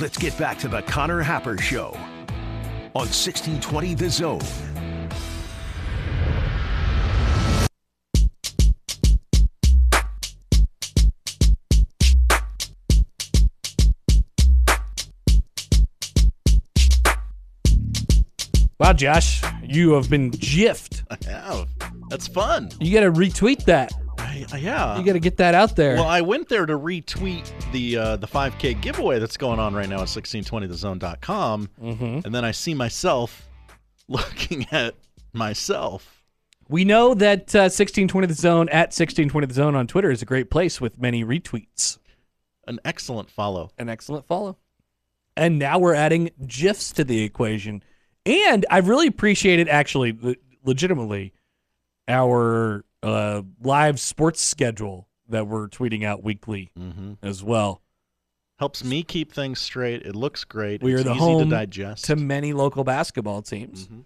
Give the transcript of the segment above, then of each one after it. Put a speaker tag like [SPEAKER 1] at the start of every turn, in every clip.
[SPEAKER 1] Let's get back to the Connor Happer Show on 1620 The Zone.
[SPEAKER 2] Wow, Josh, you have been jiffed.
[SPEAKER 3] I have. That's fun.
[SPEAKER 2] You got to retweet that.
[SPEAKER 3] I, I- yeah.
[SPEAKER 2] You got to get that out there.
[SPEAKER 3] well, I went there to retweet the uh, the 5K giveaway that's going on right now at 1620thezone.com,
[SPEAKER 2] mm-hmm.
[SPEAKER 3] and then I see myself looking at myself.
[SPEAKER 2] We know that uh, 1620 The Zone at 1620 The Zone on Twitter is a great place with many retweets.
[SPEAKER 3] An excellent follow.
[SPEAKER 2] An excellent follow. And now we're adding GIFs to the equation. And I really appreciated, actually, le- legitimately, our uh, live sports schedule that we're tweeting out weekly
[SPEAKER 3] Mm-hmm.
[SPEAKER 2] as well.
[SPEAKER 3] Helps me keep things straight. It looks great.
[SPEAKER 2] We
[SPEAKER 3] it's
[SPEAKER 2] are the
[SPEAKER 3] easy
[SPEAKER 2] home
[SPEAKER 3] to digest.
[SPEAKER 2] to many local basketball teams.
[SPEAKER 3] Mhm.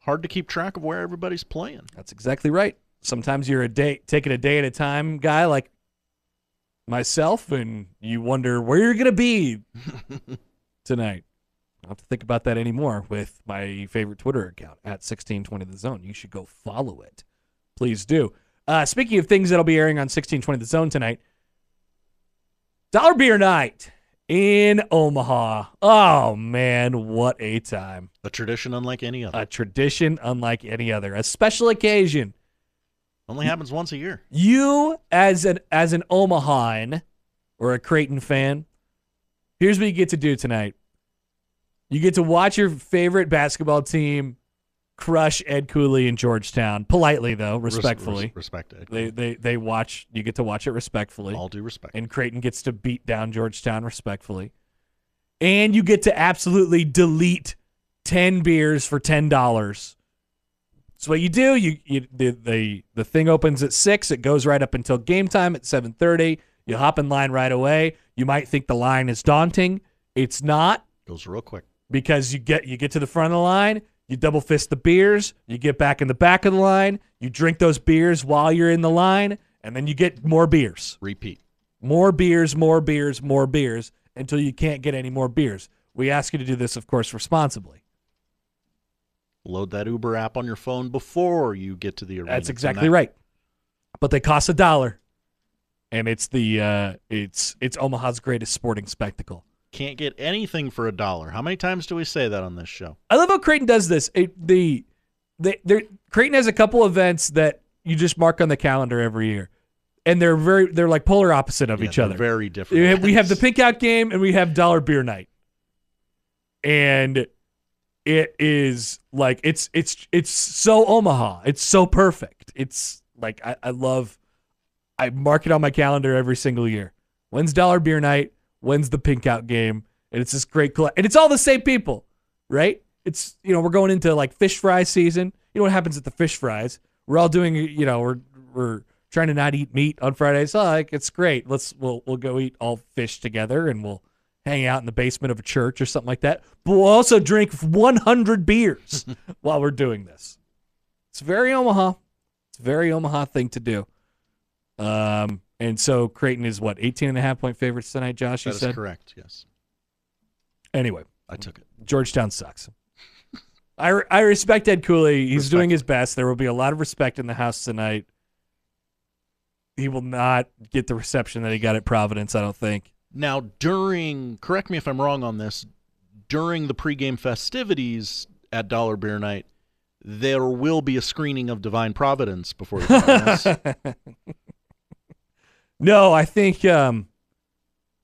[SPEAKER 3] Hard to keep track of where everybody's playing.
[SPEAKER 2] That's exactly right. Sometimes you're a day taking a day at a time guy like myself, and you wonder where you're gonna be tonight. I don't have to think about that anymore with my favorite Twitter account at 1620 The Zone. You should go follow it. Please do. Uh, speaking of things that'll be airing on 1620 The Zone tonight, Dollar Beer Night in Omaha. Oh, man, what a time
[SPEAKER 3] A tradition unlike any other.
[SPEAKER 2] a tradition unlike any other, a special occasion.
[SPEAKER 3] Only happens once a year.
[SPEAKER 2] You as an as an Omahaan or a Creighton fan, here's what you get to do tonight. You get to watch your favorite basketball team crush Ed Cooley in Georgetown. Politely though,
[SPEAKER 3] Res-
[SPEAKER 2] respectfully.
[SPEAKER 3] res- respect it.
[SPEAKER 2] they they they watch you get to watch it respectfully.
[SPEAKER 3] All due respect.
[SPEAKER 2] and Creighton gets to beat down Georgetown respectfully. And you get to absolutely delete 10 beers for $10. So what you do, you, you the, the the thing opens at 6, it goes right up until game time at 7:30. You hop in line right away. You might think the line is daunting. It's not
[SPEAKER 3] Goes real quick.
[SPEAKER 2] because you get you get to the front of the line, you double fist the beers, you get back in the back of the line, you drink those beers while you're in the line, and then you get more beers
[SPEAKER 3] Repeat.
[SPEAKER 2] more beers, more beers, more beers until you can't get any more beers. We ask you to do this, of course, responsibly.
[SPEAKER 3] Load that Uber app on your phone before you get to the arena.
[SPEAKER 2] That's exactly
[SPEAKER 3] tonight.
[SPEAKER 2] right. But they cost a dollar, and it's the uh, it's it's Omaha's greatest sporting spectacle.
[SPEAKER 3] Can't get anything for a dollar. How many times do we say that on this show?
[SPEAKER 2] I love how Creighton does this. It, the they, they're, Creighton has a couple events that you just mark on the calendar every year, and they're very they're like polar opposite of
[SPEAKER 3] Yeah,
[SPEAKER 2] each
[SPEAKER 3] they're
[SPEAKER 2] other.
[SPEAKER 3] Very different.
[SPEAKER 2] We have, we have the
[SPEAKER 3] events.
[SPEAKER 2] pink out game and we have dollar beer night. And it is like it's it's it's so Omaha. It's so perfect. It's like I, I love I mark it on my calendar every single year. When's dollar beer night? When's the pink out game? And it's this great collect and it's all the same people, right? It's you know, we're going into like fish fry season. You know what happens at the fish fries? We're all doing you know, we're we're trying to not eat meat on Fridays. Oh, like it's great. Let's we'll we'll go eat all fish together and we'll hang out in the basement of a church or something like that. But we'll also drink 100 beers while we're doing this. It's very Omaha. It's a very Omaha thing to do. Um and so Creighton is what 18 and a half point favorites tonight, Josh, you
[SPEAKER 3] That is
[SPEAKER 2] said.
[SPEAKER 3] correct. Yes,
[SPEAKER 2] Anyway,
[SPEAKER 3] I took it.
[SPEAKER 2] Georgetown sucks. I, re- I respect Ed Cooley. He's doing his best. There will be a lot of respect in the house tonight. He will not get the reception that he got at Providence, I don't think.
[SPEAKER 3] Now, during correct me if I'm wrong on this, during the pregame festivities at Dollar Beer Night, there will be a screening of Divine Providence before the finals.
[SPEAKER 2] No, I think um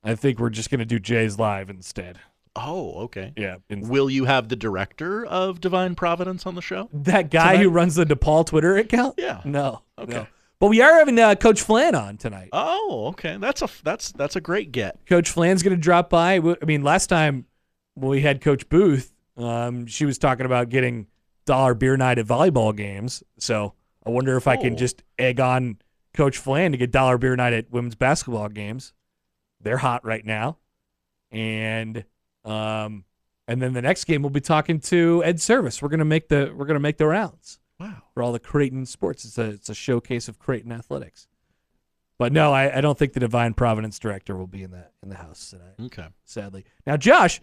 [SPEAKER 2] I think we're just gonna do Jay's live instead.
[SPEAKER 3] oh, okay.
[SPEAKER 2] Yeah. in-
[SPEAKER 3] Will you have the director of Divine Providence on the show?
[SPEAKER 2] that guy who runs the DePaul Twitter account?
[SPEAKER 3] Yeah.
[SPEAKER 2] No.
[SPEAKER 3] Okay.
[SPEAKER 2] no. But we are having uh, Coach Flan on tonight.
[SPEAKER 3] Oh, okay. That's a that's that's a great get.
[SPEAKER 2] Coach Flan's going to drop by. W- I mean, last time when we had Coach Booth, um, she was talking about getting dollar beer night at volleyball games. So I wonder if I can
[SPEAKER 3] Oh.
[SPEAKER 2] just egg on Coach Flan to get dollar beer night at women's basketball games. They're hot right now, and um, and then the next game we'll be talking to Ed Service. We're gonna make the we're gonna make the rounds
[SPEAKER 3] Wow.
[SPEAKER 2] for all the Creighton sports. It's a it's a showcase of Creighton athletics. But no, I, I don't think the Divine Providence director will be in the in the house tonight,
[SPEAKER 3] Okay.
[SPEAKER 2] sadly. Now, Josh,